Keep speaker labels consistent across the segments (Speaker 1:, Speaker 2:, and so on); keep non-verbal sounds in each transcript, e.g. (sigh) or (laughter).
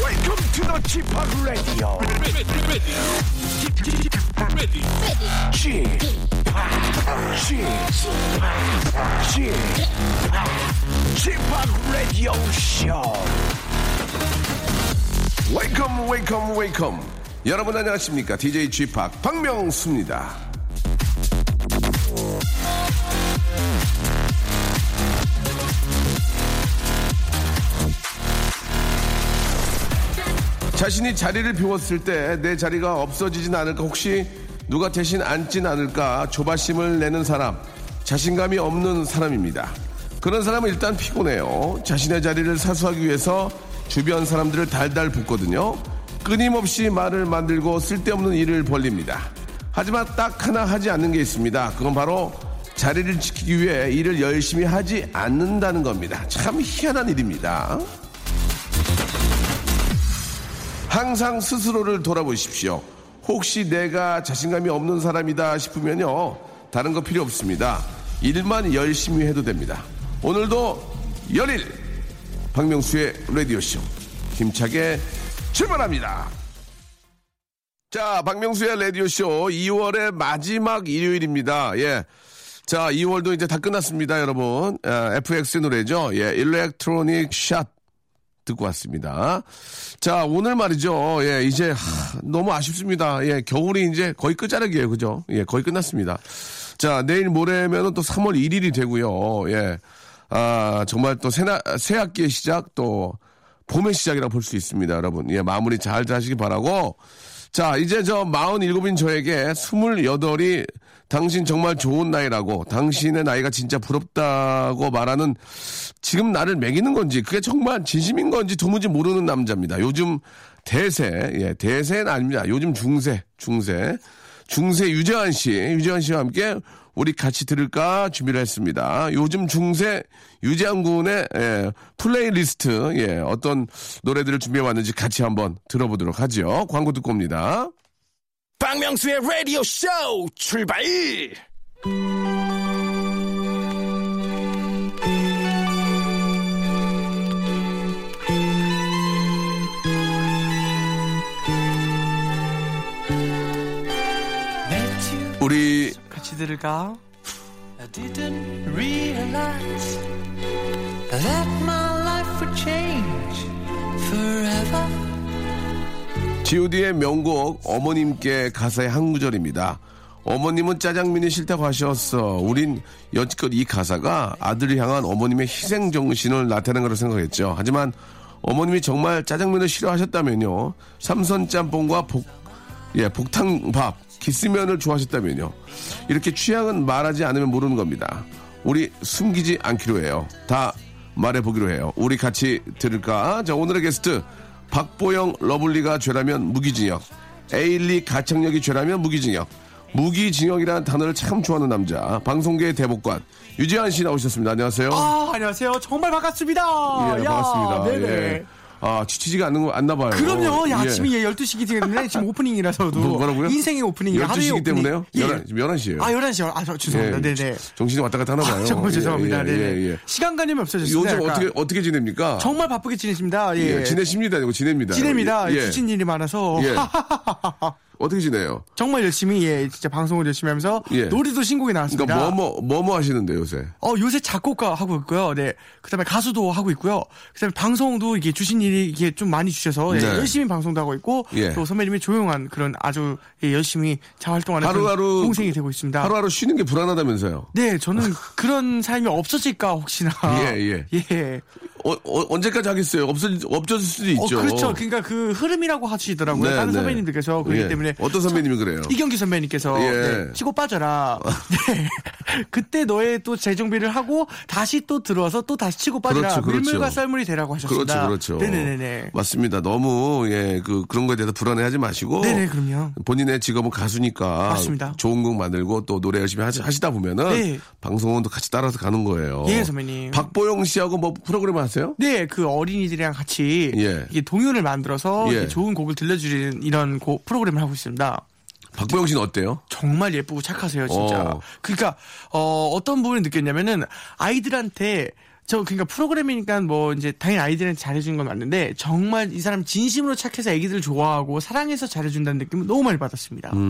Speaker 1: Welcome to the Chip Radio. Chip, Chip, Chip Radio Show.
Speaker 2: 웨이컴 웨이컴 웨이컴 여러분 안녕하십니까 DJ g 팍 박명수입니다 자신이 자리를 비웠을 때 내 자리가 없어지진 않을까 혹시 누가 대신 앉진 않을까 조바심을 내는 사람 자신감이 없는 사람입니다 그런 사람은 일단 피곤해요 자신의 자리를 사수하기 위해서 주변 사람들을 달달 붓거든요 끊임없이 말을 만들고 쓸데없는 일을 벌립니다 하지만 딱 하나 하지 않는 게 있습니다 그건 바로 자리를 지키기 위해 일을 열심히 하지 않는다는 겁니다 참 희한한 일입니다 항상 스스로를 돌아보십시오. 혹시 내가 자신감이 없는 사람이다 싶으면요. 다른 거 필요 없습니다. 일만 열심히 해도 됩니다. 오늘도 열일! 박명수의 라디오쇼. 힘차게 출발합니다. 자, 박명수의 라디오쇼 2월의 마지막 일요일입니다. 예. 자, 2월도 이제 다 끝났습니다, 여러분. 아, FX 노래죠. 예, 일렉트로닉 샷. 듣고 왔습니다. 자, 오늘 말이죠. 예, 이제 하, 너무 아쉽습니다. 예, 겨울이 이제 거의 끝자락이에요. 그죠? 예, 거의 끝났습니다. 자, 내일 모레면은 또 3월 1일이 되고요. 예. 아, 정말 또 새나, 새 학기의 시작 또 봄의 시작이라 볼 수 있습니다, 여러분. 예, 마무리 잘 하시기 바라고. 자, 이제 저 47인 저에게 28이 당신 정말 좋은 나이라고, 당신의 나이가 진짜 부럽다고 말하는 지금 나를 매기는 건지, 그게 정말 진심인 건지 도무지 모르는 남자입니다. 요즘 대세, 예, 대세는 아닙니다. 요즘 중세, 중세. 중세 유재환 씨, 유재환 씨와 함께 우리 같이 들을까 준비를 했습니다. 요즘 중세 유재환 군의 예, 플레이리스트, 예, 어떤 노래들을 준비해 왔는지 같이 한번 들어보도록 하죠. 광고 듣고 옵니다.
Speaker 1: 박명수의 Radio Show 출발!
Speaker 2: 우리
Speaker 3: 같이 들을까?
Speaker 4: I didn't realize that my life would change forever.
Speaker 2: god의 명곡 어머님께 가사의 한 구절입니다. 어머님은 짜장면이 싫다고 하셨어. 우린 여지껏 이 가사가 아들을 향한 어머님의 희생 정신을 나타낸 거라 생각했죠. 하지만 어머님이 정말 짜장면을 싫어하셨다면요. 삼선 짬뽕과 복, 예, 복탕밥, 기스면을 좋아하셨다면요. 이렇게 취향은 말하지 않으면 모르는 겁니다. 우리 숨기지 않기로 해요. 다 말해보기로 해요. 우리 같이 들을까? 자, 오늘의 게스트. 박보영 러블리가 죄라면 무기징역. 에일리 가창력이 죄라면 무기징역. 무기징역이라는 단어를 참 좋아하는 남자. 방송계의 대복관. 유재환 씨 나오셨습니다. 안녕하세요.
Speaker 3: 아, 안녕하세요. 정말 반갑습니다.
Speaker 2: 예,
Speaker 3: 아, 야,
Speaker 2: 반갑습니다.
Speaker 3: 네네.
Speaker 2: 예. 아, 지치지가 않는, 않나 봐요.
Speaker 3: 그럼요. 야,
Speaker 2: 예.
Speaker 3: 아침이 예, 12시기 때문에 지금 오프닝이라서도.
Speaker 2: 뭐- 뭐라고요?
Speaker 3: 인생의 오프닝이라
Speaker 2: 12시 기
Speaker 3: 하루의 오프닝.
Speaker 2: 때문에요?
Speaker 3: 예.
Speaker 2: 11 지금 11시 예요.
Speaker 3: 아, 11시요? 아, 저 죄송합니다.
Speaker 2: 예,
Speaker 3: 네네.
Speaker 2: 정신이 왔다 갔다 하나 봐요.
Speaker 3: 아, 정말
Speaker 2: 예,
Speaker 3: 죄송합니다.
Speaker 2: 예, 예,
Speaker 3: 네네.
Speaker 2: 예.
Speaker 3: 시간관념이 없어졌어요.
Speaker 2: 요즘
Speaker 3: 약간.
Speaker 2: 어떻게, 어떻게 지냅니까?
Speaker 3: 정말 바쁘게 지내십니다. 예.
Speaker 2: 예, 지내십니다. 아니고 지냅니다.
Speaker 3: 지냅니다.
Speaker 2: 예.
Speaker 3: 주친 일이 많아서.
Speaker 2: 예. 어떻게 지내요?
Speaker 3: (laughs) 정말 열심히, 예, 진짜 방송을 열심히 하면서.
Speaker 2: 예.
Speaker 3: 노래도 신곡이 나왔습니다.
Speaker 2: 그러니까 뭐뭐 뭐뭐 하시는데 요새?
Speaker 3: 어, 요새 작곡가 하고 있고요. 네. 그 다음에 가수도 하고 있고요. 그 다음에 방송도 이게 주신 일이 이게 좀 많이 주셔서 예,
Speaker 2: 네.
Speaker 3: 열심히 방송도 하고 있고
Speaker 2: 예.
Speaker 3: 또 선배님이 조용한 그런 아주 예, 열심히 잘 활동하는
Speaker 2: 하루하루-
Speaker 3: 그런 동생이 되고 있습니다.
Speaker 2: 하루하루 쉬는 게 불안하다면서요?
Speaker 3: 네, 저는 그런 삶이 없어질까 혹시나.
Speaker 2: (laughs) 예,
Speaker 3: (laughs) 예.
Speaker 2: 어, 어, 언제까지 하겠어요? 없어질 없어질 수도
Speaker 3: 어,
Speaker 2: 있죠.
Speaker 3: 그렇죠. 그러니까 그 흐름이라고 하시더라고요.
Speaker 2: 네,
Speaker 3: 다른
Speaker 2: 네.
Speaker 3: 선배님들께서 그렇기
Speaker 2: 예.
Speaker 3: 때문에
Speaker 2: 어떤 선배님이 그래요?
Speaker 3: 이경규 선배님께서
Speaker 2: 예. (laughs)
Speaker 3: 네, 치고 빠져라. 네. 그때 너의 또 재정비를 하고 다시 또 들어와서 또 다시 치고 빠지라
Speaker 2: 그렇죠, 그렇죠.
Speaker 3: 밀물과 썰물이 되라고 하셨습니다.
Speaker 2: 그렇죠, 그렇죠.
Speaker 3: 네네네네.
Speaker 2: 맞습니다. 너무 예, 그 그런 거에 대해서 불안해하지 마시고
Speaker 3: 네네, 그럼요.
Speaker 2: 본인의 직업은 가수니까
Speaker 3: 맞습니다.
Speaker 2: 좋은 곡 만들고 또 노래 열심히 하시, 하시다 보면은
Speaker 3: 네.
Speaker 2: 방송원도 같이 따라서 가는 거예요.
Speaker 3: 예, 선배님.
Speaker 2: 박보영 씨하고 뭐 프로그램 하세요?
Speaker 3: 네, 그 어린이들이랑 같이
Speaker 2: 예.
Speaker 3: 이게 동요를 만들어서
Speaker 2: 예.
Speaker 3: 이게 좋은 곡을 들려주는 이런 고- 프로그램을 하고 있습니다.
Speaker 2: 박보영 씨는 어때요?
Speaker 3: 정말 예쁘고 착하세요, 진짜.
Speaker 2: 어.
Speaker 3: 그러니까 어, 어떤 부분을 느꼈냐면은 아이들한테 저 그러니까 프로그램이니까 뭐 이제 당연히 아이들한테 잘해주는 건 맞는데 정말 이 사람 진심으로 착해서 아기들 좋아하고 사랑해서 잘해준다는 느낌을 너무 많이 받았습니다. 네네.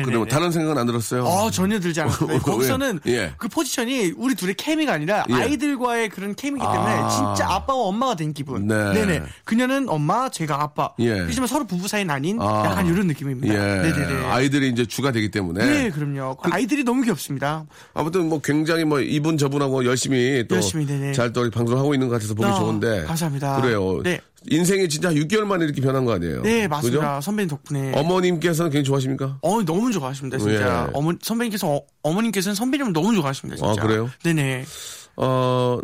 Speaker 2: 음, 그리고 다른 생각은 안 들었어요.
Speaker 3: 어 전혀 들지 않았어요.
Speaker 2: (laughs) 왜?
Speaker 3: 거기서는
Speaker 2: 예.
Speaker 3: 그 포지션이 우리 둘의 케미가 아니라
Speaker 2: 예.
Speaker 3: 아이들과의 그런 케미이기 때문에
Speaker 2: 아.
Speaker 3: 진짜 아빠와 엄마가 된 기분.
Speaker 2: 네.
Speaker 3: 네 그녀는 엄마, 제가 아빠.
Speaker 2: 예.
Speaker 3: 하지만 서로 부부 사이는 아닌
Speaker 2: 아.
Speaker 3: 약간 이런 느낌입니다.
Speaker 2: 예.
Speaker 3: 네네네.
Speaker 2: 아이들이 이제 주가 되기 때문에
Speaker 3: 네, 그럼요. 그 아이들이 너무 귀엽습니다.
Speaker 2: 아무튼 뭐 굉장히 뭐 이분 저분하고 열심히
Speaker 3: 열심히, 네네.
Speaker 2: 또잘또 방송하고 있는 것 같아서 보기
Speaker 3: 아,
Speaker 2: 좋은데
Speaker 3: 감사합니다.
Speaker 2: 그래요.
Speaker 3: 네.
Speaker 2: 인생이 진짜 6개월 만에 이렇게 변한 거 아니에요?
Speaker 3: 네,
Speaker 2: 그죠?
Speaker 3: 맞습니다. 선배님 덕분에. 어,
Speaker 2: 어머님께서는 굉장히 좋아하십니까?
Speaker 3: 너무 좋아하십니다, 진짜.
Speaker 2: 예.
Speaker 3: 어머, 선배님께서, 어, 어머님께서는 선배님을 너무 좋아하십니다, 진짜.
Speaker 2: 아, 그래요?
Speaker 3: 네네.
Speaker 2: 어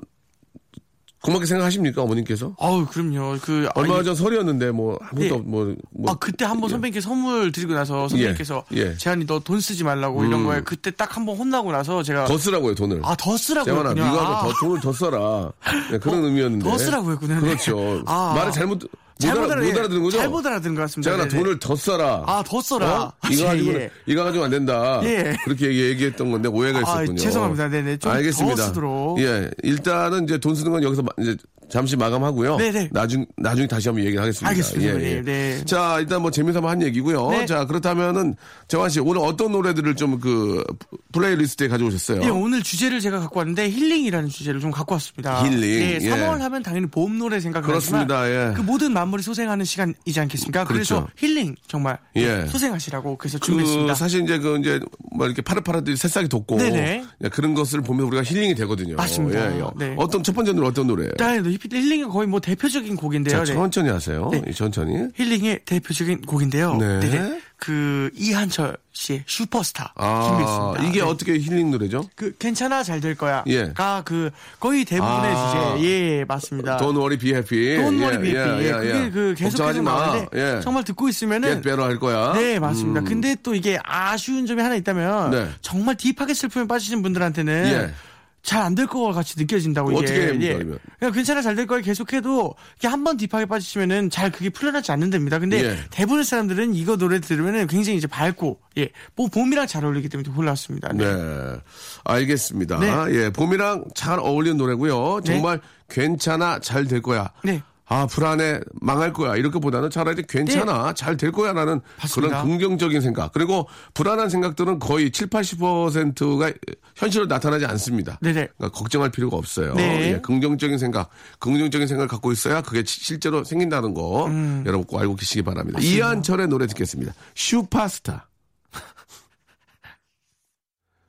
Speaker 2: 고맙게 생각하십니까 어머님께서?
Speaker 3: 아우, 그럼요. 그,
Speaker 2: 얼마
Speaker 3: 아이-
Speaker 2: 전 설이었는데 뭐 아무것도
Speaker 3: 네.
Speaker 2: 뭐, 뭐
Speaker 3: 아 그때 한번 선배님께 선물 드리고 나서 선배님께서
Speaker 2: 예, 예.
Speaker 3: 재한이 너 돈 쓰지 말라고 이런 거에 그때 딱 한 번 혼나고 나서 제가
Speaker 2: 더 쓰라고요 돈을.
Speaker 3: 아 더 쓰라고
Speaker 2: 재환아,
Speaker 3: 했군요.
Speaker 2: 네가
Speaker 3: 아,
Speaker 2: 더 돈을 더 써라. 네, 그런 의미였는데.
Speaker 3: 더 쓰라고 했군요. 네.
Speaker 2: 그렇죠.
Speaker 3: 아, 아.
Speaker 2: 말을 잘못 못,
Speaker 3: 잘못
Speaker 2: 알아,
Speaker 3: 알아- 예.
Speaker 2: 못 알아듣는 거죠?
Speaker 3: 잘못 알아듣는 것 같습니다.
Speaker 2: 재환아,
Speaker 3: 네네.
Speaker 2: 돈을 더 써라. 어?
Speaker 3: 아, 더 써라. 아,
Speaker 2: 이거
Speaker 3: 예,
Speaker 2: 가지고
Speaker 3: 예.
Speaker 2: 는 이거 가지고 안 된다.
Speaker 3: 예.
Speaker 2: 그렇게 얘기- 얘기했던 건데 오해가
Speaker 3: 아,
Speaker 2: 있었군요.
Speaker 3: 죄송합니다. 네네. 좀더
Speaker 2: 알겠습니다.
Speaker 3: 쓰도록.
Speaker 2: 예, 일단은 이제 돈 쓰는 건 여기서 마- 이제 잠시 마감하고요.
Speaker 3: 네네.
Speaker 2: 나중 나중에 다시 한번 얘기를 하겠습니다.
Speaker 3: 알겠습니다,
Speaker 2: 예, 예.
Speaker 3: 네, 네.
Speaker 2: 자, 일단 뭐 재미삼아 한 얘기고요.
Speaker 3: 네.
Speaker 2: 자, 그렇다면은 재환 씨 오늘 어떤 노래들을 좀 그 플레이리스트에 가져오셨어요?
Speaker 3: 예, 오늘 주제를 제가 갖고 왔는데 힐링이라는 주제를 좀 갖고 왔습니다.
Speaker 2: 힐링,
Speaker 3: 네,
Speaker 2: 예.
Speaker 3: 3월 하면 당연히 봄 노래 생각을
Speaker 2: 그렇습니다,
Speaker 3: 하지만
Speaker 2: 예.
Speaker 3: 그 모든 만물이 소생하는 시간이지 않겠습니까? 그래서
Speaker 2: 그렇죠.
Speaker 3: 힐링 정말
Speaker 2: 예.
Speaker 3: 소생하시라고 그래서 준비했습니다.
Speaker 2: 그 사실 이제 그 이제 뭐 이렇게 파릇파릇 새싹이 돋고
Speaker 3: 네네.
Speaker 2: 예, 그런 것을 보면 우리가 힐링이 되거든요.
Speaker 3: 맞습니다.
Speaker 2: 예, 예.
Speaker 3: 네.
Speaker 2: 어떤 첫 번째 노래 어떤 노래예요?
Speaker 3: 일단 힐링이 거의 뭐 대표적인 곡인데요.
Speaker 2: 자,
Speaker 3: 네.
Speaker 2: 천천히 하세요.
Speaker 3: 네.
Speaker 2: 천천히.
Speaker 3: 힐링의 대표적인 곡인데요.
Speaker 2: 네.
Speaker 3: 그 이한철 씨의 슈퍼스타
Speaker 2: 아,
Speaker 3: 준비했습니다.
Speaker 2: 이게
Speaker 3: 네.
Speaker 2: 어떻게 힐링 노래죠?
Speaker 3: 그 괜찮아 잘 될 거야가
Speaker 2: 예.
Speaker 3: 그 거의 대부분의
Speaker 2: 아.
Speaker 3: 주제 예 맞습니다.
Speaker 2: Don't worry, be happy.
Speaker 3: Don't worry,
Speaker 2: 예,
Speaker 3: be happy.
Speaker 2: 예,
Speaker 3: 예,
Speaker 2: 예,
Speaker 3: 그게
Speaker 2: 예.
Speaker 3: 그
Speaker 2: 걱정하지
Speaker 3: 계속해서
Speaker 2: 마.
Speaker 3: 나오는데
Speaker 2: 예.
Speaker 3: 정말 듣고
Speaker 2: Get
Speaker 3: 있으면은
Speaker 2: better 할 거야. 음,
Speaker 3: 네 맞습니다. 근데 또 이게 아쉬운 점이 하나 있다면
Speaker 2: 네.
Speaker 3: 정말 딥하게 슬픔에 빠지신 분들한테는
Speaker 2: 예.
Speaker 3: 잘 안 될 것 같이 느껴진다고 이게
Speaker 2: 어떻게 합니까,
Speaker 3: 예.
Speaker 2: 그러면?
Speaker 3: 그냥 괜찮아 잘 될 거야 계속해도 이게 한 번 딥하게 빠지시면은 잘 그게 풀려나지 않는답니다. 근데
Speaker 2: 예.
Speaker 3: 대부분의 사람들은 이거 노래 들으면은 굉장히 이제 밝고 예, 뭐 봄이랑 잘 어울리기 때문에 좀 올라왔습니다. 네.
Speaker 2: 네. 알겠습니다.
Speaker 3: 네.
Speaker 2: 예. 봄이랑 잘 어울리는 노래고요.
Speaker 3: 네.
Speaker 2: 정말 괜찮아, 잘 될 거야.
Speaker 3: 네.
Speaker 2: 아, 불안해, 망할 거야. 이렇게보다는 차라리 괜찮아, 잘 될 거야. 라는
Speaker 3: 네. 맞습니다.
Speaker 2: 그런 긍정적인 생각. 그리고 불안한 생각들은 거의 7, 80%가 현실로 나타나지 않습니다.
Speaker 3: 네네.
Speaker 2: 그러니까 걱정할 필요가 없어요.
Speaker 3: 네.
Speaker 2: 예, 긍정적인 생각, 긍정적인 생각을 갖고 있어야 그게 치- 실제로 생긴다는 거
Speaker 3: 음.
Speaker 2: 여러분 꼭 알고 계시기 바랍니다. 이한철의 노래 듣겠습니다. 슈퍼스타. (laughs)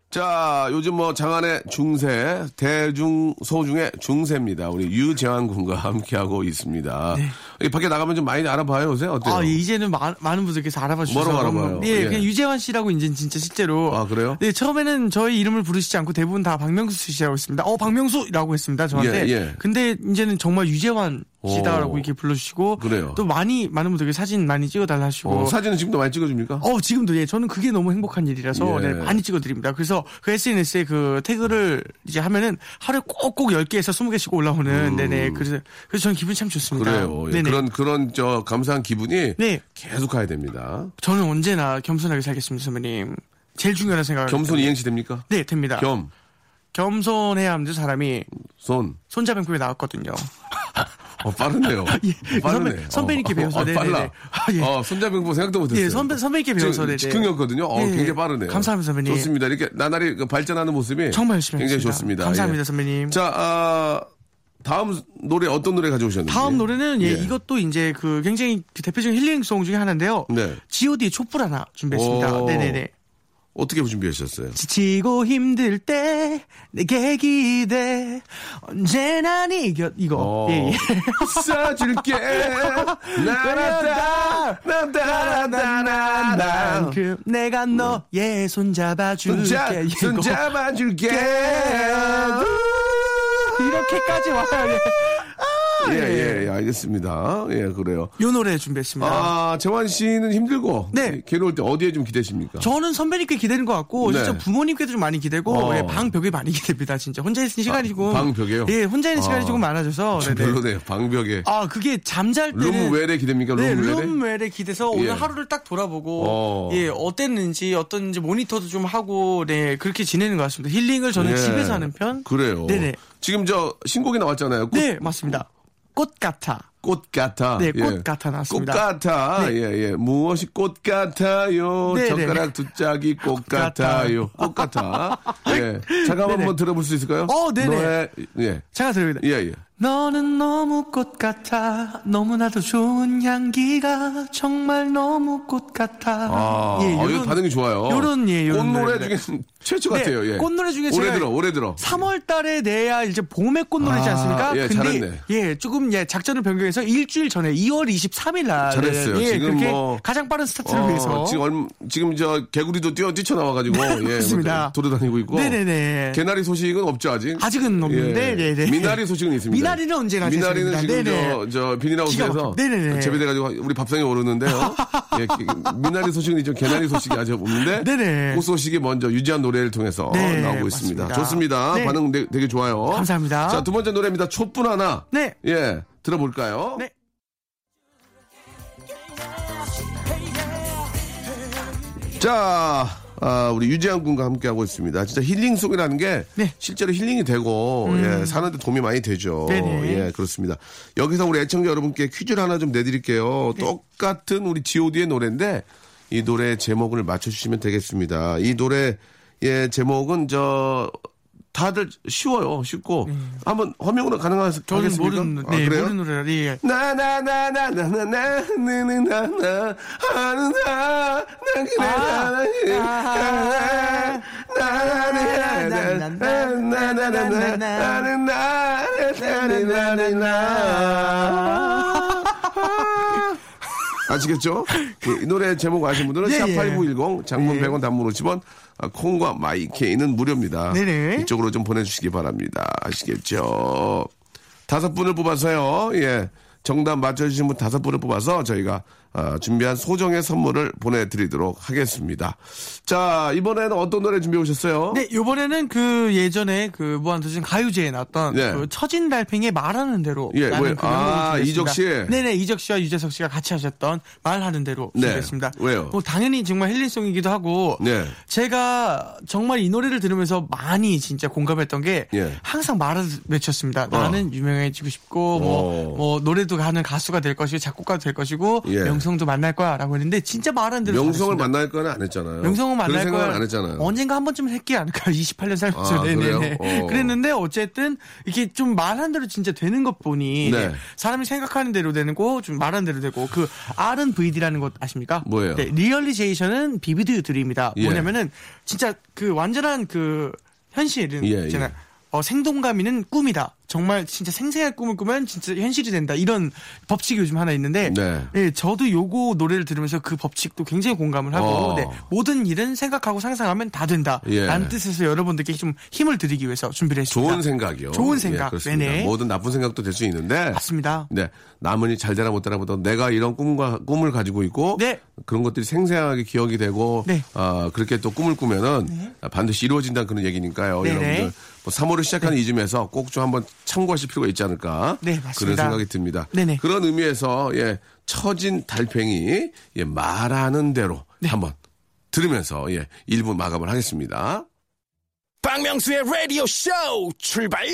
Speaker 2: 자, 요즘 뭐 장안의 중세, 대중, 소중의 중세입니다. 우리 유재환 군과 함께하고 있습니다. 이 밖에 나가면 좀 많이 알아봐요, 요새? 어때요?
Speaker 3: 네. 아, 예, 이제는 마- 많은 분들께서 알아봐 주셔서
Speaker 2: 뭐라고 알아봐요?
Speaker 3: 너무- 예,
Speaker 2: 예.
Speaker 3: 그냥 유재환 씨라고 이제 진짜 실제로
Speaker 2: 아, 그래요?
Speaker 3: 네, 처음에는 저희 이름을 부르시지 않고 대부분 다 박명수 씨라고 했습니다. 어, 박명수라고 했습니다. 저한테.
Speaker 2: 예, 예.
Speaker 3: 근데 이제는 정말 유재환
Speaker 2: 오.
Speaker 3: 씨다라고 이렇게 불러 주시고
Speaker 2: 그래요.
Speaker 3: 또 많이 많은 분들께 사진 많이 찍어 달라 하시고
Speaker 2: 어, 사진은 지금도 많이 찍어줍니까?
Speaker 3: 뭐. 어, 지금도 예, 저는 그게 너무 행복한 일이라서
Speaker 2: 예.
Speaker 3: 네, 많이 찍어드립니다. 그래서 그 SNS에 그 태그를 이제 하면은 하루에 꼭꼭 10개에서 20개씩 올라오는, 네네. 그래서, 그래서 저는 기분이 참 좋습니다.
Speaker 2: 음. 그래요. 예,
Speaker 3: 네네.
Speaker 2: 그런, 그런, 저, 감사한 기분이
Speaker 3: 네.
Speaker 2: 계속 가야 됩니다.
Speaker 3: 저는 언제나 겸손하게 살겠습니다, 선배님. 제일 중요하다 생각을.
Speaker 2: 겸손 이행시 됩니까?
Speaker 3: 네, 됩니다.
Speaker 2: (laughs) 겸,
Speaker 3: 겸손해야 합니다, 사람이.
Speaker 2: 손.
Speaker 3: 손자병급에 나왔거든요.
Speaker 2: 어, 빠르네요.
Speaker 3: (laughs) 예,
Speaker 2: 빠르네.
Speaker 3: 선배- 선배님께
Speaker 2: 어,
Speaker 3: 배워서,
Speaker 2: 어,
Speaker 3: 네네네.
Speaker 2: 빨라.
Speaker 3: 아, 예.
Speaker 2: 어, 손자병보 생각도 못했어요.
Speaker 3: 예, 선배- 선배님께
Speaker 2: 지금
Speaker 3: 배워서, 네네.
Speaker 2: 즉흥이었거든요. 어,
Speaker 3: 예,
Speaker 2: 굉장히 빠르네요.
Speaker 3: 감사합니다, 선배님.
Speaker 2: 좋습니다. 이렇게 나날이 그 발전하는 모습이
Speaker 3: 정말 열심히
Speaker 2: 굉장히
Speaker 3: 하겠습니다.
Speaker 2: 좋습니다.
Speaker 3: 감사합니다,
Speaker 2: 예.
Speaker 3: 선배님.
Speaker 2: 자, 아, 다음 노래 어떤 노래 가져오셨는지.
Speaker 3: 다음 노래는 예,
Speaker 2: 예.
Speaker 3: 이것도 이제 그 굉장히 그 대표적인 힐링송 중에 하나인데요.
Speaker 2: 네.
Speaker 3: G.O.D. 의 촛불 하나 준비했습니다.
Speaker 2: 오.
Speaker 3: 네네네. (laughs)
Speaker 2: 어떻게 준비하셨어요?
Speaker 3: 지치고 힘들 때 내게 기대 언제나 네 곁, 이거.
Speaker 2: 어.
Speaker 3: 예, 예.
Speaker 2: (laughs) 써줄게 나라다 나다라다라다
Speaker 3: 만큼 내가 너의 손 잡아줄게.
Speaker 2: 손잡
Speaker 3: 이거.
Speaker 2: 손잡아줄게
Speaker 3: 이렇게까지 와요. 예.
Speaker 2: 예예 예, 알겠습니다 예 그래요
Speaker 3: 요 노래 준비했습니다.
Speaker 2: 아 재환 씨는 힘들고
Speaker 3: 네.
Speaker 2: 괴로울 때 어디에 좀 기대십니까
Speaker 3: 저는 선배님께 기대는 것 같고
Speaker 2: 네.
Speaker 3: 진짜 부모님께도 좀 많이 기대고
Speaker 2: 어. 아,
Speaker 3: 예, 방벽이 많이 기대입니다 진짜 혼자 있는 시간이 조금
Speaker 2: 방벽이요?
Speaker 3: 예 혼자 있는
Speaker 2: 아.
Speaker 3: 시간이 조금 많아져서
Speaker 2: 좀
Speaker 3: 네네.
Speaker 2: 별로네요 방벽에
Speaker 3: 아 그게 잠잘 때는
Speaker 2: 룸웰에 기대입니까
Speaker 3: 네,
Speaker 2: 룸웰에
Speaker 3: 룸웰에 기대서
Speaker 2: 예.
Speaker 3: 오늘 하루를 딱 돌아보고
Speaker 2: 어.
Speaker 3: 예 어땠는지 어떤지 모니터도 좀 하고 네 그렇게 지내는 것 같습니다 힐링을 저는
Speaker 2: 예.
Speaker 3: 집에서 하는 편
Speaker 2: 그래요
Speaker 3: 네네
Speaker 2: 지금 저 신곡이 나왔잖아요 꽃,
Speaker 3: 네 맞습니다 꽃 같아
Speaker 2: 꽃 같아 예.
Speaker 3: 네, 꽃 같아 나왔습니다.
Speaker 2: 꽃 같아
Speaker 3: 네.
Speaker 2: 예예 무엇이 꽃 같아요
Speaker 3: 네,
Speaker 2: 젓가락
Speaker 3: 네.
Speaker 2: 두 짝이 꽃
Speaker 3: 같아.
Speaker 2: 같아요 꽃
Speaker 3: (laughs)
Speaker 2: 같아 예 잠깐
Speaker 3: 네네.
Speaker 2: 한번 들어볼 수 있을까요
Speaker 3: 어, 네네.
Speaker 2: 너의 예예
Speaker 3: 제가 들어니다
Speaker 2: 예.
Speaker 3: 너는 너무 꽃 같아 너무나도 좋은 향기가 정말 너무 꽃 같아 예,
Speaker 2: 아, 아, 이거 반응이 좋아요.
Speaker 3: 요런 예 요런
Speaker 2: 꽃노래
Speaker 3: 노래인데.
Speaker 2: 중에 최초
Speaker 3: 네,
Speaker 2: 같아요. 예.
Speaker 3: 꽃노래 중에
Speaker 2: 올해
Speaker 3: 제가
Speaker 2: 들어, 올해 들어.
Speaker 3: 3월 달에 내야 이제 봄의 꽃노래지
Speaker 2: 아,
Speaker 3: 않습니까?
Speaker 2: 예,
Speaker 3: 근데
Speaker 2: 잘했네.
Speaker 3: 예, 조금 예, 작전을 변경해서 일주일 전에 2월 23일 날
Speaker 2: 잘했어요.
Speaker 3: 예,
Speaker 2: 지금
Speaker 3: 그렇게
Speaker 2: 뭐-
Speaker 3: 가장 빠른 스타트를
Speaker 2: 어,
Speaker 3: 위해서
Speaker 2: 지금 얼마- 지금 저 개구리도 뛰어 뛰쳐나와가지고
Speaker 3: (laughs)
Speaker 2: 예,
Speaker 3: 맞습니다.
Speaker 2: 돌아다니고 있고.
Speaker 3: 네네네.
Speaker 2: 개나리 소식은 없죠 아직.
Speaker 3: 예. 아직은 없는데,
Speaker 2: 예.
Speaker 3: 네네.
Speaker 2: 미나리 소식은 있습니다.
Speaker 3: 미나리는 언제나
Speaker 2: 미나리는
Speaker 3: 제시됩니다.
Speaker 2: 지금
Speaker 3: 네네.
Speaker 2: 저 저
Speaker 3: 기가
Speaker 2: 비닐하우스에서
Speaker 3: 막혀. 네네네.
Speaker 2: 재배돼가지고 우리 밥상에
Speaker 3: (laughs)
Speaker 2: 오르는데요. 예, 기- 미나리 소식은 있죠. 개나리 소식이 아직 없는데.
Speaker 3: 네네.
Speaker 2: 꽃 소식이 먼저 유지한 노래를 통해서
Speaker 3: 네,
Speaker 2: 나오고 있습니다.
Speaker 3: 맞습니다.
Speaker 2: 좋습니다.
Speaker 3: 네.
Speaker 2: 반응 되- 되게 좋아요.
Speaker 3: 감사합니다.
Speaker 2: 자두 번째 노래입니다. 촛불 하나.
Speaker 3: 네.
Speaker 2: 예 들어볼까요?
Speaker 3: 네.
Speaker 2: 자, 아, 우리 유재한 군과 함께하고 있습니다. 진짜 힐링송이라는 게
Speaker 3: 네. 음.
Speaker 2: 실제로 힐링이 되고 예, 사는데 도움이 많이 되죠.
Speaker 3: 네네.
Speaker 2: 예, 그렇습니다. 여기서 우리 애청자 여러분께 퀴즈를 하나 좀 내드릴게요.
Speaker 3: 네.
Speaker 2: 똑같은 우리 G.O.D의 노래인데 이 노래 제목을 맞춰주시면 되겠습니다. 이 노래의 제목은 저 다들 쉬워요. 쉽고 한번 허명으로 가능하겠습니까?
Speaker 3: 네. 저는 모르는
Speaker 2: 아,
Speaker 3: 네,
Speaker 2: 그래요?
Speaker 3: 모르는 노래라. 예.
Speaker 2: 나나나나나나나나나나 하루나 나 그래 나나 나나나나나나나나나나나나나 아시겠죠? 예, 이 노래 제목 아시는 분들은
Speaker 3: 예, 예.
Speaker 2: 샵8910 장문 100원 단문 50원 아, 콩과 마이케이는 무료입니다.
Speaker 3: 네네.
Speaker 2: 이쪽으로 좀 보내주시기 바랍니다. 아시겠죠? 다섯 분을 뽑아서요. 예. 정답 맞춰주신 분 다섯 분을 뽑아서 저희가 아, 준비한 소정의 선물을 보내드리도록 하겠습니다. 자, 이번에는 어떤 노래 준비해 오셨어요?
Speaker 3: 네, 요번에는 그 예전에 그 무한도전 가요제에 나왔던
Speaker 2: 네.
Speaker 3: 그 처진 달팽이의 말하는 대로
Speaker 2: 예,
Speaker 3: 라는
Speaker 2: 왜-
Speaker 3: 그 명곡을
Speaker 2: 아,
Speaker 3: 준비했습니다.
Speaker 2: 이적 씨?
Speaker 3: 네네 이적 씨와 유재석 씨가 같이 하셨던 말하는 대로
Speaker 2: 네.
Speaker 3: 준비했습니다.
Speaker 2: 왜요?
Speaker 3: 뭐 당연히 정말 힐링송이기도 하고
Speaker 2: 네.
Speaker 3: 제가 정말 이 노래를 들으면서 많이 진짜 공감했던 게
Speaker 2: 예. 어.
Speaker 3: 항상 말을 외쳤습니다. 나는 유명해지고 싶고 뭐,
Speaker 2: 오.
Speaker 3: 뭐 노래도 하는 가수가 될 것이고 작곡가도 될 것이고
Speaker 2: 어. 예.
Speaker 3: 명성도 만날 거야라고 했는데 진짜 말하는 대로
Speaker 2: 명성을
Speaker 3: 잘했습니다.
Speaker 2: 만날 거는 안 했잖아요.
Speaker 3: 명성은
Speaker 2: 그런
Speaker 3: 만날
Speaker 2: 생각은
Speaker 3: 거야.
Speaker 2: 안 했잖아요.
Speaker 3: 언젠가 한 번쯤 했기 않을까. 28년 살면서.
Speaker 2: 아, 그래요?
Speaker 3: 네네네.
Speaker 2: 어.
Speaker 3: 그랬는데 어쨌든 이게 좀 말한 대로 진짜 되는 것 보니
Speaker 2: 네.
Speaker 3: 사람이 생각하는 대로 되고 좀 말한 대로 되고 그 R은 VD라는 것 아십니까?
Speaker 2: 뭐예요?
Speaker 3: 네, 리얼리제이션은 비비드 유들입니다.
Speaker 2: 예.
Speaker 3: 뭐냐면은 진짜 그 완전한 그 현실은
Speaker 2: 예,
Speaker 3: 있잖아요.
Speaker 2: 예.
Speaker 3: 어, 생동감 있는 꿈이다. 정말 진짜 생생한 꿈을 꾸면 진짜 현실이 된다. 이런 법칙이 요즘 하나 있는데,
Speaker 2: 네.
Speaker 3: 예, 저도 요거 노래를 들으면서 그 법칙도 굉장히 공감을 하고,
Speaker 2: 어.
Speaker 3: 네, 모든 일은 생각하고 상상하면 다 된다.
Speaker 2: 예.
Speaker 3: 라는 뜻에서 여러분들께 좀 힘을 드리기 위해서 준비를 했습니다.
Speaker 2: 좋은 생각이요.
Speaker 3: 좋은 생각.
Speaker 2: 예, 그렇습니다.
Speaker 3: 네네.
Speaker 2: 뭐든 나쁜 생각도 될 수 있는데.
Speaker 3: 맞습니다.
Speaker 2: 네. 남은이 잘 되나 못 되나보다 내가 이런 꿈과 꿈을 가지고 있고
Speaker 3: 네.
Speaker 2: 그런 것들이 생생하게 기억이 되고
Speaker 3: 네.
Speaker 2: 아, 그렇게 또 꿈을 꾸면은 반드시 이루어진다는 그런 얘기니까요.
Speaker 3: 네네.
Speaker 2: 여러분들 뭐 3월을 시작하는 이쯤에서 꼭 좀 한번 참고하실 필요가 있지 않을까
Speaker 3: 네,
Speaker 2: 그런
Speaker 3: 맞습니다.
Speaker 2: 생각이 듭니다.
Speaker 3: 네네.
Speaker 2: 그런 의미에서 예, 처진 달팽이 예, 말하는 대로
Speaker 3: 네.
Speaker 2: 한번 들으면서 예, 1부 마감을 하겠습니다.
Speaker 1: 박명수의 라디오 쇼 출발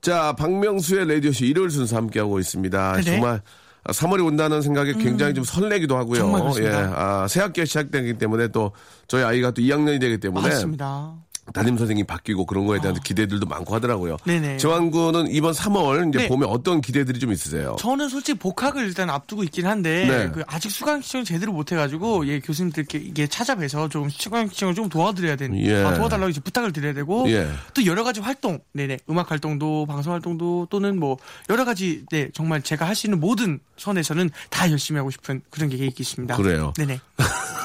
Speaker 2: 자, 박명수의 라디오쇼 일요일 순서 함께하고 있습니다.
Speaker 3: 네네. 음,
Speaker 2: 정말 3월이 온다는 생각에 굉장히 좀 설레기도 하고요.
Speaker 3: 정말 그렇습니다.
Speaker 2: 예, 아, 새 학기가 시작되기 때문에 또 저희 아이가 또 2학년이 되기 때문에
Speaker 3: 맞습니다. 아.
Speaker 2: 담임 선생님 바뀌고 그런 거에 대한 기대들도 많고 하더라고요.
Speaker 3: 네네.
Speaker 2: 재환 군은 이번 3월 이제
Speaker 3: 네.
Speaker 2: 봄에 어떤 기대들이 좀 있으세요?
Speaker 3: 저는 솔직히 복학을 일단 앞두고 있긴 한데
Speaker 2: 네.
Speaker 3: 그 아직 수강 신청 제대로 못 해가지고 예 교수님들께 이게 찾아뵈서 좀 수강 신청을 좀 도와드려야 되는
Speaker 2: 예.
Speaker 3: 아, 도와달라고 이제 부탁을 드려야 되고
Speaker 2: 예.
Speaker 3: 또 여러 가지 활동 네네 음악 활동도 방송 활동도 또는 뭐 여러 가지 네 정말 제가 할 수 있는 모든 선에서는 다 열심히 하고 싶은 그런 계획이 있습니다.
Speaker 2: 그래요.
Speaker 3: 네네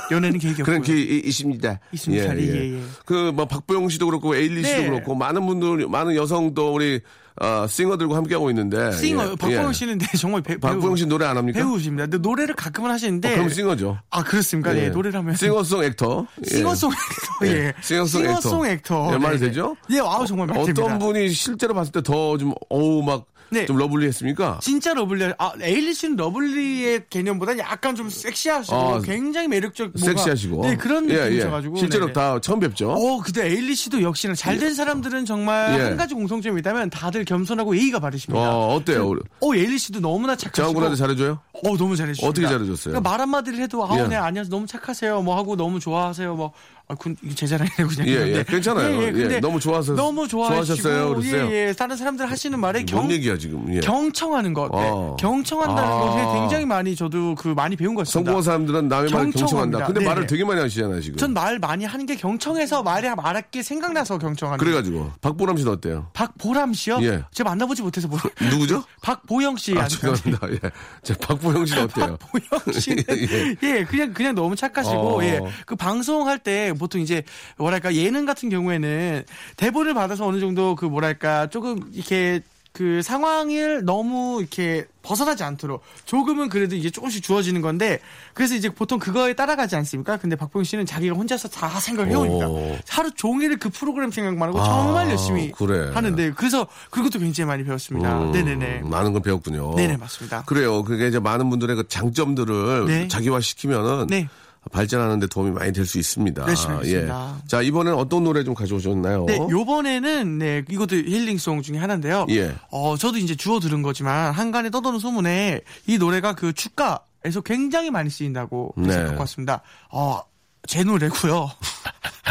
Speaker 3: 연애는 계획이
Speaker 2: (laughs) 그런
Speaker 3: 없고요.
Speaker 2: 게 이- 있습니다.
Speaker 3: 있습니다. 예, 예.
Speaker 2: 그, 뭐, 박보영 씨도 그렇고, 에일리 씨도
Speaker 3: 네.
Speaker 2: 그렇고, 많은 분들, 많은 여성도 우리, 어, 싱어들과 함께하고 있는데.
Speaker 3: 싱어
Speaker 2: 예.
Speaker 3: 박보영
Speaker 2: 예.
Speaker 3: 씨는 네, 정말 배,
Speaker 2: 박보영
Speaker 3: 배우,
Speaker 2: 씨 노래 안 합니까?
Speaker 3: 배우십니다. 근데 노래를 가끔은 하시는데
Speaker 2: 어, 그럼 싱어죠.
Speaker 3: 아 그렇습니까? 예, 노래를 하면
Speaker 2: 싱어송 액터. 예.
Speaker 3: (laughs) 싱어송 액터.
Speaker 2: 예.
Speaker 3: 예.
Speaker 2: 싱어송 액터.
Speaker 3: 싱어송 액터.
Speaker 2: 예, 말이
Speaker 3: 네네.
Speaker 2: 되죠?
Speaker 3: 예, 와우 정말 말 됩니다.
Speaker 2: 어떤 분이 실제로 봤을 때 더 좀, 어우, 막,
Speaker 3: 네.
Speaker 2: 좀 러블리했습니까?
Speaker 3: 진짜 러블리 아 에일리 씨는 러블리의 개념보다 약간 좀 섹시하시고
Speaker 2: 아,
Speaker 3: 굉장히 매력적 뭔가-
Speaker 2: 섹시하시고. 예,
Speaker 3: 네 그런 느낌이셔가지고
Speaker 2: 실제로
Speaker 3: 네네.
Speaker 2: 다 처음 뵙죠?
Speaker 3: 어 근데 에일리 씨도 역시나 잘 된 사람들은 정말
Speaker 2: 예.
Speaker 3: 한 가지 공통점이 있다면 다들 겸손하고 예의가 바르십니다.
Speaker 2: 어, 어때요?
Speaker 3: 어 에일리 씨도 너무나 착하시고
Speaker 2: 장군한테 잘해줘요?
Speaker 3: 어 너무 잘해주셨어요.
Speaker 2: 어떻게 잘해줬어요?
Speaker 3: 그러니까 말 한마디를 해도 아우
Speaker 2: 예.
Speaker 3: 네 안녕하세요 너무 착하세요 뭐 하고 너무 좋아하세요 뭐 아, 군, 이거 제 자랑이라고 그냥
Speaker 2: 예, 예.
Speaker 3: 했는데.
Speaker 2: 괜찮아요. 예, 너무 좋아서-
Speaker 3: 너무 좋아하시고
Speaker 2: 좋아하셨어요, 그러세요?
Speaker 3: 예, 예. 다른 사람들 하시는 말에 경
Speaker 2: 뭔 얘기야, 지금? 예.
Speaker 3: 경청하는 것 네.
Speaker 2: 어.
Speaker 3: 경청한다는
Speaker 2: 아.
Speaker 3: 것에 굉장히 많이 저도 그 많이 배운 것 같습니다.
Speaker 2: 성공한 사람들은 남의 말을
Speaker 3: 경청합니다.
Speaker 2: 경청한다. 근데
Speaker 3: 네,
Speaker 2: 말을
Speaker 3: 네.
Speaker 2: 되게 많이 하시잖아요, 지금.
Speaker 3: 전 말 많이 하는 게 경청해서 말이 말할게 생각나서 경청하는.
Speaker 2: 그래가지고 박보람 씨는 어때요?
Speaker 3: 박보람 씨요?
Speaker 2: 예.
Speaker 3: 제가 만나보지 못해서 모르.
Speaker 2: 누구죠?
Speaker 3: 박보영 씨.
Speaker 2: 아
Speaker 3: 아니-
Speaker 2: 죄송합니다. 예, 자 박보영 씨는 어때요?
Speaker 3: 박보영 씨는
Speaker 2: (laughs) 예.
Speaker 3: 예. 그냥 그냥 너무 착하시고
Speaker 2: 어.
Speaker 3: 예. 그 방송할 때 보통 이제 뭐랄까 예능 같은 경우에는 대본을 받아서 어느 정도 그 뭐랄까 조금 이렇게 그 상황을 너무 이렇게 벗어나지 않도록 조금은 그래도 이게 조금씩 주어지는 건데 그래서 이제 보통 그거에 따라가지 않습니까? 근데 박보영 씨는 자기가 혼자서 다 생각을 해오니까
Speaker 2: 오.
Speaker 3: 하루 종일 그 프로그램 생각만 하고
Speaker 2: 아,
Speaker 3: 정말 열심히
Speaker 2: 그래.
Speaker 3: 하는데 그래서 그것도 굉장히 많이 배웠습니다.
Speaker 2: 음,
Speaker 3: (laughs) 네네네.
Speaker 2: 많은 걸 배웠군요.
Speaker 3: 네네 맞습니다.
Speaker 2: 아, 그래요. 그게 이제 많은 분들의 그 장점들을
Speaker 3: 네.
Speaker 2: 자기화 시키면은
Speaker 3: 네.
Speaker 2: 발전하는데 도움이 많이 될 수 있습니다. 예.
Speaker 3: 열심히 하겠습니다.
Speaker 2: 자 이번엔 어떤 노래 좀 가져오셨나요?
Speaker 3: 네, 요번에는 네, 이것도 힐링송 중에 하나인데요.
Speaker 2: 어? 예.
Speaker 3: 어, 저도 이제 주워 들은 거지만 한간에 떠도는 소문에 이 노래가 그 축가에서 굉장히 많이 쓰인다고 해서
Speaker 2: 네.
Speaker 3: 갖고 왔습니다. 어, 제 노래고요. (laughs)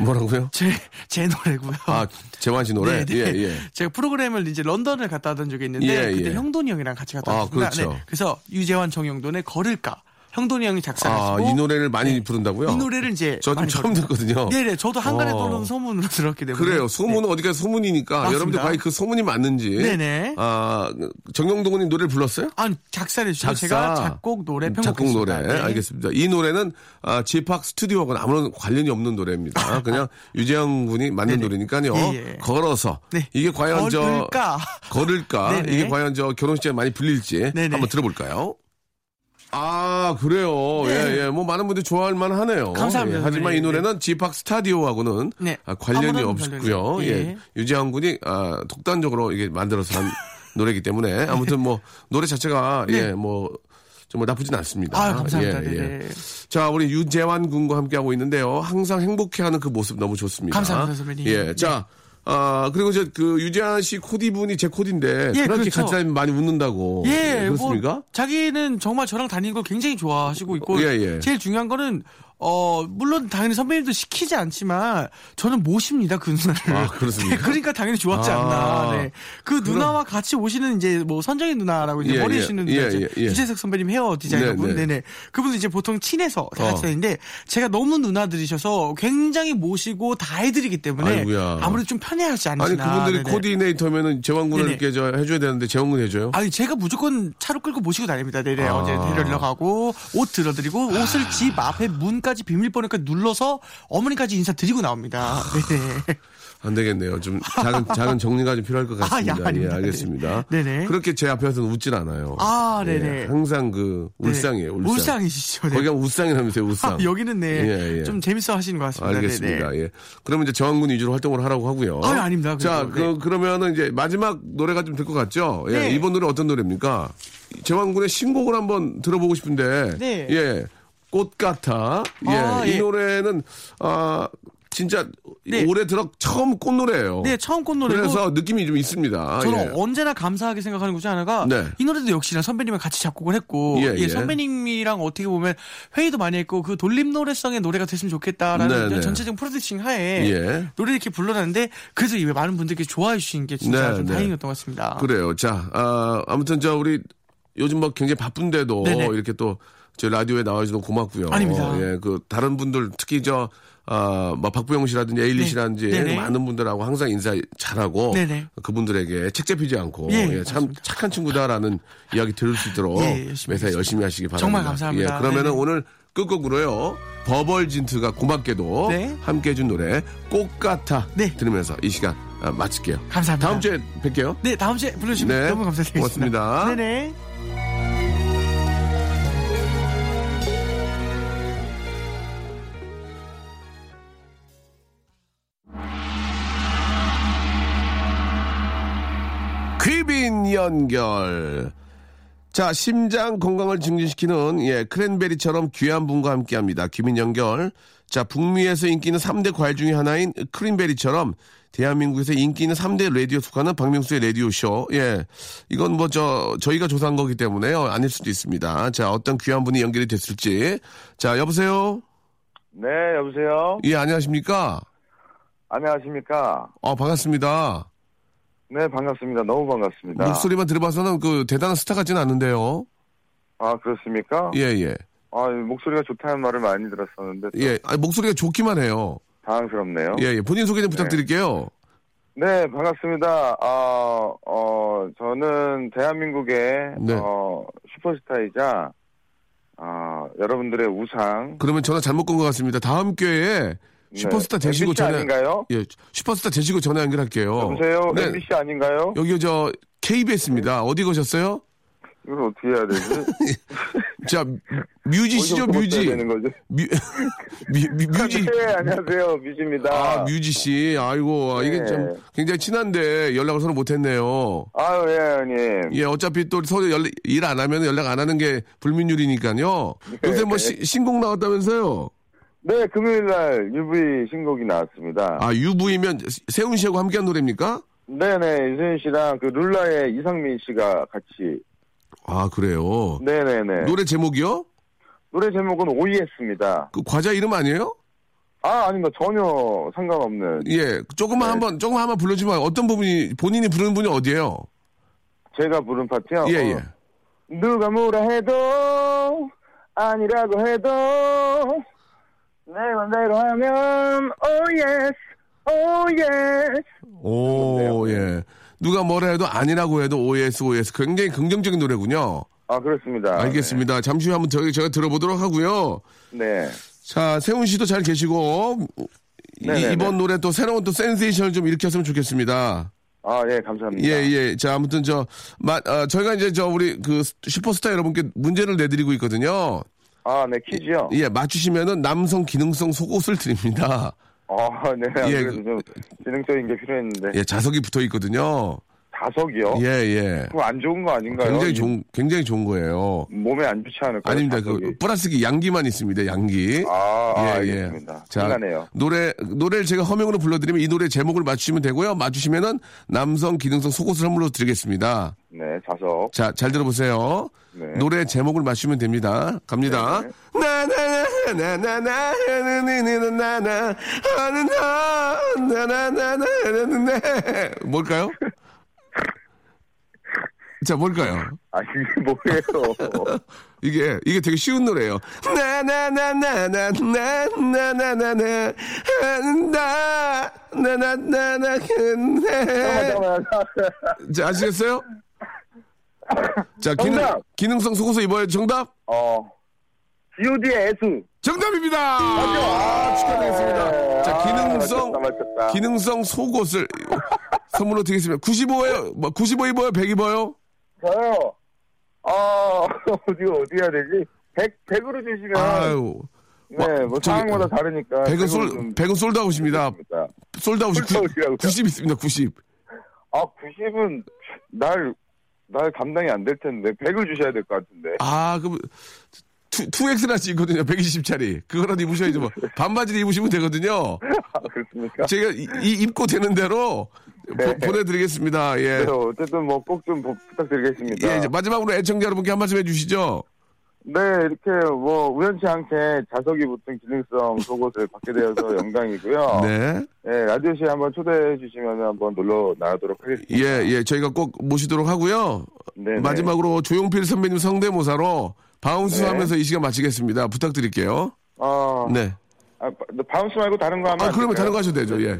Speaker 2: 뭐라고요?
Speaker 3: 제, 제 노래고요.
Speaker 2: 아 재환 씨 노래.
Speaker 3: 어. 네,
Speaker 2: 예
Speaker 3: 네.
Speaker 2: 예.
Speaker 3: 제가 프로그램을 이제 런던을 갔다 왔던 적이 있는데
Speaker 2: 예,
Speaker 3: 그때
Speaker 2: 예.
Speaker 3: 형돈이 형이랑 같이 갔다
Speaker 2: 아,
Speaker 3: 왔습니다. 네,
Speaker 2: 그렇죠.
Speaker 3: 그래서 유재환 정영돈의 걸을까 형돈이 형이 작사하시고 네.
Speaker 2: 아이 노래를 많이 부른다고요?
Speaker 3: 이 노래를 이제
Speaker 2: 저 지금
Speaker 3: 많이
Speaker 2: 처음
Speaker 3: 부릅니다.
Speaker 2: 듣거든요.
Speaker 3: 네네 저도 한간에
Speaker 2: 어.
Speaker 3: 떠도는 소문으로 들었기 때문에
Speaker 2: 그래요. 소문은 어디가 소문이니까
Speaker 3: 네. 맞습니다.
Speaker 2: 여러분들 과연 그 소문이 맞는지.
Speaker 3: 네네.
Speaker 2: 아 정영동님 노래를 불렀어요?
Speaker 3: 아니 작사를 주고
Speaker 2: 작사, 음,
Speaker 3: 제가 작곡 노래 네. 편곡
Speaker 2: 작곡 노래 알겠습니다. 이 노래는 아, 집합 스튜디오하고는 아무런 관련이 없는 노래입니다.
Speaker 3: (laughs)
Speaker 2: 그냥 유재영 군이 만든 노래니까요.
Speaker 3: 예, 예.
Speaker 2: 걸어서
Speaker 3: 네.
Speaker 2: 이게 과연
Speaker 3: 걸을까?
Speaker 2: 저 (laughs) 걸을까
Speaker 3: 네네.
Speaker 2: 이게 과연 저 결혼식에 많이 불릴지
Speaker 3: 네네.
Speaker 2: 한번 들어볼까요? 아 그래요. 예예. 뭐 많은 분들이 좋아할 만하네요.
Speaker 3: 네. 감사합니다,
Speaker 2: 예, 하지만 이
Speaker 3: 선배님.
Speaker 2: 노래는 집합 스타디오하고는
Speaker 3: 네.
Speaker 2: 아, 관련이
Speaker 3: 아무런
Speaker 2: 없고요.
Speaker 3: 관련이.
Speaker 2: 예.
Speaker 3: 예.
Speaker 2: 유재환 군이 아, 독단적으로 이게 만들어서
Speaker 3: (laughs)
Speaker 2: 한 노래이기 때문에 아무튼 뭐 노래 자체가 예, 뭐 정말 나쁘진 않습니다.
Speaker 3: 네. 아 감사합니다.
Speaker 2: 예, 예.
Speaker 3: 네네.
Speaker 2: 자, 우리 유재환 군과 함께 하고 있는데요. 항상 행복해하는 그 모습 너무 좋습니다.
Speaker 3: 감사합니다, 선배님. 네.
Speaker 2: 예, 자. 아 그리고 저그 유재환 씨 코디 분이 제 코디인데
Speaker 3: 예,
Speaker 2: 그렇게
Speaker 3: 그렇죠.
Speaker 2: 같이 다니면 많이 웃는다고
Speaker 3: 예,
Speaker 2: 그렇습니까?
Speaker 3: 뭐 자기는 정말 저랑 다니는 걸 굉장히 좋아하시고 있고
Speaker 2: 예, 예.
Speaker 3: 제일 중요한 거는 어 물론 당연히 선배님도 시키지 않지만 저는 모십니다 그 누나를.
Speaker 2: 아, 그렇습니까?
Speaker 3: 네, (laughs) 그러니까 당연히 좋았지
Speaker 2: 아.
Speaker 3: 않나. 네. 그 누나와 같이 오시는 이제 뭐 선정인 누나라고 이제
Speaker 2: 예,
Speaker 3: 머리에
Speaker 2: 예,
Speaker 3: 씌는
Speaker 2: 예,
Speaker 3: 누나 이제
Speaker 2: 예, 예.
Speaker 3: 유재석 선배님 헤어 디자이너분,
Speaker 2: 네, 네.
Speaker 3: 네, 네. 그분은 이제 보통 친해서 다
Speaker 2: 어.
Speaker 3: 같이 다니는데 제가 너무 누나들이셔서 굉장히 모시고 다 해드리기 때문에
Speaker 2: 아이고야.
Speaker 3: 아무래도 좀 편해하지 않으시나.
Speaker 2: 아니 그분들이
Speaker 3: 네네.
Speaker 2: 코디네이터면은 재환 군을
Speaker 3: 네네.
Speaker 2: 이렇게 저 해줘야 되는데 재환 군 해줘요?
Speaker 3: 아니 제가 무조건 차로 끌고 모시고 다닙니다. 네네
Speaker 2: 아.
Speaker 3: 어제 데리러 가고 옷 들어드리고 옷을 집 앞에 문까지 비밀번호까지 눌러서 어머니까지 인사 드리고
Speaker 2: 아.
Speaker 3: 나옵니다. 네네.
Speaker 2: 안 되겠네요. 좀
Speaker 3: (laughs)
Speaker 2: 작은 작은 정리가 좀 필요할 것
Speaker 3: 아, 예,
Speaker 2: 같습니다. 예,
Speaker 3: 아닙니다.
Speaker 2: 알겠습니다.
Speaker 3: 네네.
Speaker 2: 그렇게 제 앞에서는 웃진 않아요.
Speaker 3: 아, 네네.
Speaker 2: 예, 항상 그 울상이에요. 울상.
Speaker 3: 이시죠 네.
Speaker 2: 거기가 울상이라면서요. 울상.
Speaker 3: 아, 여기는 네 좀
Speaker 2: 예, 예.
Speaker 3: 재밌어 하시는 것 같습니다.
Speaker 2: 알겠습니다.
Speaker 3: 네네.
Speaker 2: 예. 그러면 이제 저항군 위주로 활동을 하라고 하고요.
Speaker 3: 아유, 아닙니다.
Speaker 2: 자, 그,
Speaker 3: 그래도,
Speaker 2: 그러면은 이제 마지막 노래가 좀 될 것 같죠? 예.
Speaker 3: 네.
Speaker 2: 이번 노래 어떤 노래입니까? 재환군의 신곡을 한번 들어보고 싶은데.
Speaker 3: 네.
Speaker 2: 예. 꽃 같아. 예.
Speaker 3: 아,
Speaker 2: 이
Speaker 3: 예.
Speaker 2: 노래는, 아, 진짜
Speaker 3: 네.
Speaker 2: 올해 들어 처음 꽃노래예요.
Speaker 3: 네, 처음 꼰 노래고
Speaker 2: 그래서 느낌이 좀 있습니다.
Speaker 3: 저는
Speaker 2: 예.
Speaker 3: 언제나 감사하게 생각하는 곳이 하나가
Speaker 2: 네.
Speaker 3: 이 노래도 역시나 선배님이 같이 작곡을 했고
Speaker 2: 예,
Speaker 3: 예,
Speaker 2: 예.
Speaker 3: 선배님이랑 어떻게 보면 회의도 많이 했고 그 돌림 노래성의 노래가 됐으면 좋겠다라는
Speaker 2: 네,
Speaker 3: 이런
Speaker 2: 네.
Speaker 3: 전체적인 프로듀싱 하에
Speaker 2: 예.
Speaker 3: 노래 이렇게 불러놨는데 그래서 이 많은 분들께 좋아해 주신 게 진짜
Speaker 2: 네,
Speaker 3: 좀
Speaker 2: 네.
Speaker 3: 다행이었던 것 같습니다.
Speaker 2: 그래요. 자, 아, 아무튼 저 우리 요즘 뭐 굉장히 바쁜데도
Speaker 3: 네네.
Speaker 2: 이렇게 또 저희 라디오에 나와주셔서 고맙고요.
Speaker 3: 아닙니다.
Speaker 2: 예, 그 다른 분들 특히 저 아, 뭐 박보영 씨라든지 에일리
Speaker 3: 네.
Speaker 2: 씨라든지
Speaker 3: 네네.
Speaker 2: 많은 분들하고 항상 인사 잘하고
Speaker 3: 네네.
Speaker 2: 그분들에게 책 잡히지 않고
Speaker 3: 예,
Speaker 2: 예, 참
Speaker 3: 맞습니다.
Speaker 2: 착한 친구다라는 이야기 들을 수 있도록
Speaker 3: 예, 열심히
Speaker 2: 매사
Speaker 3: 하겠습니다.
Speaker 2: 열심히 하시기 바랍니다.
Speaker 3: 정말 감사합니다.
Speaker 2: 예, 그러면은
Speaker 3: 네네.
Speaker 2: 오늘 끝곡으로요. 버벌진트가 고맙게도
Speaker 3: 네.
Speaker 2: 함께 해준 노래 꽃 같아
Speaker 3: 네.
Speaker 2: 들으면서 이 시간 아, 마칠게요.
Speaker 3: 감사합니다.
Speaker 2: 다음 주에 뵐게요.
Speaker 3: 네, 다음 주에 불러주시면
Speaker 2: 네.
Speaker 3: 너무 감사드리겠습니다.
Speaker 2: 고맙습니다.
Speaker 3: 네네.
Speaker 2: 귀빈 연결. 자, 심장 건강을 증진시키는 예, 크랜베리처럼 귀한 분과 함께 합니다. 귀빈 연결. 자, 북미에서 인기 있는 3대 과일 중에 하나인 크랜베리처럼 대한민국에서 인기 있는 3대 라디오 속하는 박명수의 라디오쇼. 예. 이건 뭐 저, 저희가 조사한 거기 때문에요. 아닐 수도 있습니다. 자, 어떤 귀한 분이 연결이 됐을지. 자, 여보세요?
Speaker 5: 네, 여보세요.
Speaker 2: 예, 안녕하십니까?
Speaker 5: 안녕하십니까.
Speaker 2: 어, 반갑습니다.
Speaker 5: 네, 반갑습니다. 너무 반갑습니다.
Speaker 2: 목소리만 들어봐서는 그 대단한 스타 같진 않은데요.
Speaker 5: 아, 그렇습니까?
Speaker 2: 예, 예.
Speaker 5: 아, 목소리가 좋다는 말을 많이 들었었는데 좀
Speaker 2: 예, 아, 목소리가 좋기만 해요.
Speaker 5: 어? 당황스럽네요.
Speaker 2: 예, 예. 본인 소개 좀 부탁드릴게요.
Speaker 5: 네, 반갑습니다. 아, 어, 저는 대한민국의
Speaker 2: 네.
Speaker 5: 어, 슈퍼스타이자 아, 여러분들의 우상
Speaker 2: 그러면 전화 잘못 건 것 같습니다. 다음 기회에 슈퍼스타
Speaker 5: 네,
Speaker 2: 되시고
Speaker 5: MBC
Speaker 2: 전화
Speaker 5: 아닌가요?
Speaker 2: 예, 슈퍼스타 되시고 전화 연결할게요.
Speaker 5: 여보세요. 네.
Speaker 2: 네,
Speaker 5: MBC 아닌가요?
Speaker 2: 여기 저 KBS입니다. 어디 가셨어요?
Speaker 5: 이걸 어떻게 해야 되지?
Speaker 2: 자, (laughs) 뮤지시죠,
Speaker 5: 어디서부터
Speaker 2: 뮤지.
Speaker 5: 써야 되는 거죠?
Speaker 2: 뮤, (laughs) 뮤, 뮤- 뮤지.
Speaker 5: (laughs) 네, 안녕하세요. 뮤지입니다.
Speaker 2: 아, 뮤지 씨. 아이고, 아, 이게
Speaker 5: 네.
Speaker 2: 좀 굉장히 친한데 연락을 서로 못했네요.
Speaker 5: 아유, 예, 형님.
Speaker 2: 예, 어차피 또 서로 일 안 하면 연락 안 하는 게 불민율이니까요. 요새 뭐 시- 신곡 나왔다면서요?
Speaker 5: 네, 금요일 날 UV 신곡이 나왔습니다.
Speaker 2: 아, 유부이면 세훈 씨하고 함께한 노래입니까?
Speaker 5: 네네, 유세윤 씨랑 그 룰라의 이상민 씨가 같이.
Speaker 2: 아, 그래요.
Speaker 5: 네네네. 노래,
Speaker 2: 노래 제목이요?
Speaker 5: 제목은 오이했습니다.
Speaker 2: 그 과자 이름 아니에요?
Speaker 5: 아, 아닙니다. 전혀 상관없는.
Speaker 2: 예.
Speaker 5: 네.
Speaker 2: 조금만 한번, 조금만 한번 불러주면 어떤 부분이, 본인이 부르는 분이 어디예요?
Speaker 5: 제가 부른 파트요.
Speaker 2: 예,
Speaker 5: 어,
Speaker 2: 예.
Speaker 5: 누가 뭐라 해도, 아니라고 해도, 내 맘대로 하면, oh 오예스, 오예스.
Speaker 2: 오, 예. 누가 뭐라 해도 아니라고 해도 OS, OS. 굉장히 긍정적인 노래군요.
Speaker 5: 아, 그렇습니다.
Speaker 2: 알겠습니다. 잠시 후에 한번 저희, 제가 들어보도록 하고요.
Speaker 5: 네.
Speaker 2: 자, 세훈 씨도 잘 계시고,
Speaker 5: 네, 네,
Speaker 2: 이, 번 노래 또 새로운 또 센세이션을 좀 일으켰으면 좋겠습니다.
Speaker 5: 아, 예, 감사합니다.
Speaker 2: 예, 예. 자, 아무튼 저, 마, 아, 저희가 이제 저 우리 그 슈퍼스타 여러분께 문제를 내드리고 있거든요.
Speaker 5: 아, 네, 퀴즈요?
Speaker 2: 예, 맞추시면은 남성 기능성 속옷을 드립니다.
Speaker 5: 아, 네. 안
Speaker 2: 예,
Speaker 5: 그래도 좀 지능적인 게 필요했는데.
Speaker 2: 예, 자석이 붙어 있거든요.
Speaker 5: 자석이요?
Speaker 2: 예, 예.
Speaker 5: 어. 그거 안 좋은 거 아닌가요?
Speaker 2: 굉장히 좋은, 굉장히 좋은 거예요.
Speaker 5: 몸에 안 좋지 않을까요?
Speaker 2: 아닙니다.
Speaker 5: 자석이?
Speaker 2: 그, 예, 플라스기 양기만 있습니다, 양기.
Speaker 5: 아, 아, 알겠습니다. 미안해요.
Speaker 2: 노래, 노래를 제가 허명으로 불러드리면 이 노래 제목을 맞추시면 되고요. 맞추시면은 남성 기능성 속옷을 선물로 드리겠습니다.
Speaker 5: 네, 자석.
Speaker 2: 자, 잘 들어보세요.
Speaker 5: 네.
Speaker 2: 노래 제목을 맞추면 됩니다. 갑니다. 나나나나나나나나나나나나 나나나나나나나나 뭘까요? 자, 뭘까요?
Speaker 5: 아, 이게
Speaker 2: (laughs)
Speaker 5: 뭐예요?
Speaker 2: 이게 이게 되게 쉬운 노래예요. 네, 나나나나나나나나나나나 한다 네, 나나나나 근데
Speaker 5: 잠깐만.
Speaker 2: 자, 네, 아시겠어요? 자, 기능,
Speaker 5: 정답!
Speaker 2: 기능성 속옷을 입어야 정답?
Speaker 5: 어, G.O.D의 애수.
Speaker 2: 정답입니다! 아, 축하드리겠습니다. 자,
Speaker 5: 아,
Speaker 2: 기능성,
Speaker 5: 맞췄다, 맞췄다.
Speaker 2: 기능성 속옷을 선물로 드리겠습니다. 95에요? 95 입어요? 100 입어요?
Speaker 5: 저요. 어, (laughs) 어디, 어디 해야 되지? 100, 100으로 주시면.
Speaker 2: 아유.
Speaker 5: 네, 뭐
Speaker 2: 저기,
Speaker 5: 상황마다 다르니까.
Speaker 2: 100은
Speaker 5: 그거
Speaker 2: 솔,
Speaker 5: 좀
Speaker 2: 100은 솔드아웃입니다.
Speaker 5: 좋습니다.
Speaker 2: 솔드아웃이
Speaker 5: 솔드아웃이라고요?
Speaker 2: 90 있습니다, 90.
Speaker 5: 아, 90은 날, 날 감당이 안 될 텐데. 100을 주셔야 될 것 같은데.
Speaker 2: 아, 그럼 투, 2X라지 있거든요. 120짜리. 그거라도 입으셔야지
Speaker 5: (laughs)
Speaker 2: 뭐. 반바지를 입으시면 되거든요.
Speaker 5: 아, 그렇습니까?
Speaker 2: 제가 이, 이 입고 되는 대로
Speaker 5: 네.
Speaker 2: 보, 내드리겠습니다 예.
Speaker 5: 그래서 어쨌든 뭐 꼭 좀 부탁드리겠습니다.
Speaker 2: 예, 이제 마지막으로 애청자 여러분께 한 말씀 해주시죠.
Speaker 5: 네, 이렇게 뭐 우연치 않게 자석이 붙은 기능성 속옷을 받게
Speaker 2: (laughs)
Speaker 5: 되어서 영광이고요.
Speaker 2: 네.
Speaker 5: 예, 라디오쇼에 한번 초대해 주시면 한번 놀러 나가도록 하겠습니다.
Speaker 2: 예, 예, 저희가 꼭 모시도록 하고요.
Speaker 5: 네,
Speaker 2: 마지막으로 조용필 선배님 성대모사로 바운스
Speaker 5: 네.
Speaker 2: 하면서 이 시간 마치겠습니다. 부탁드릴게요.
Speaker 5: 어,
Speaker 2: 네.
Speaker 5: 아, 바- 바운스 말고 다른 거 하면
Speaker 2: 아,
Speaker 5: 안
Speaker 2: 그러면 다른
Speaker 5: 될까요?
Speaker 2: 거 하셔도 되죠. 예.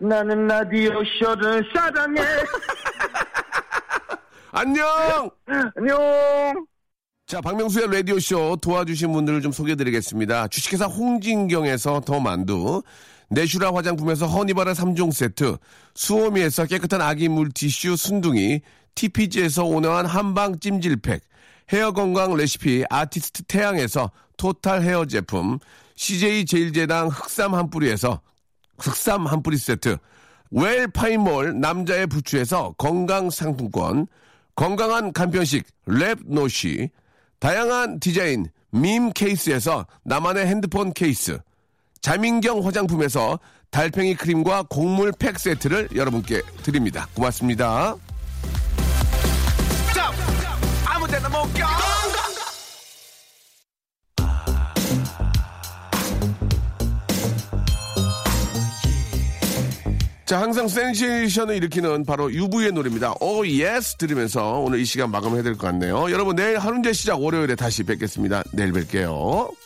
Speaker 5: 나는 라디오쇼를 사랑해. (laughs)
Speaker 2: 안녕!
Speaker 5: 안녕.
Speaker 2: 자, 박명수의 라디오쇼 도와주신 분들을 좀 소개해드리겠습니다. 주식회사 홍진경에서 더 만두, 내슈라 화장품에서 허니바라 3종 세트, 수오미에서 깨끗한 아기 물티슈 순둥이, TPG에서 온화한 한방 찜질팩, 헤어 건강 레시피 아티스트 태양에서 토탈 헤어 제품, CJ 제일제당 흑삼 한 뿌리에서 흑삼 한 뿌리 세트, 웰파인몰 남자의 부추에서 건강 상품권, 건강한 간편식 랩노시, 다양한 디자인 밈 케이스에서 나만의 핸드폰 케이스, 자민경 화장품에서 달팽이 크림과 곡물 팩 세트를 여러분께 드립니다. 고맙습니다. 자, 항상 센세이션을 일으키는 바로 유부의 노래입니다. Oh 오 예스 들으면서 오늘 이 시간 마감해야 될 것 같네요. 여러분 내일 한훈제 시작 월요일에 다시 뵙겠습니다. 내일 뵐게요.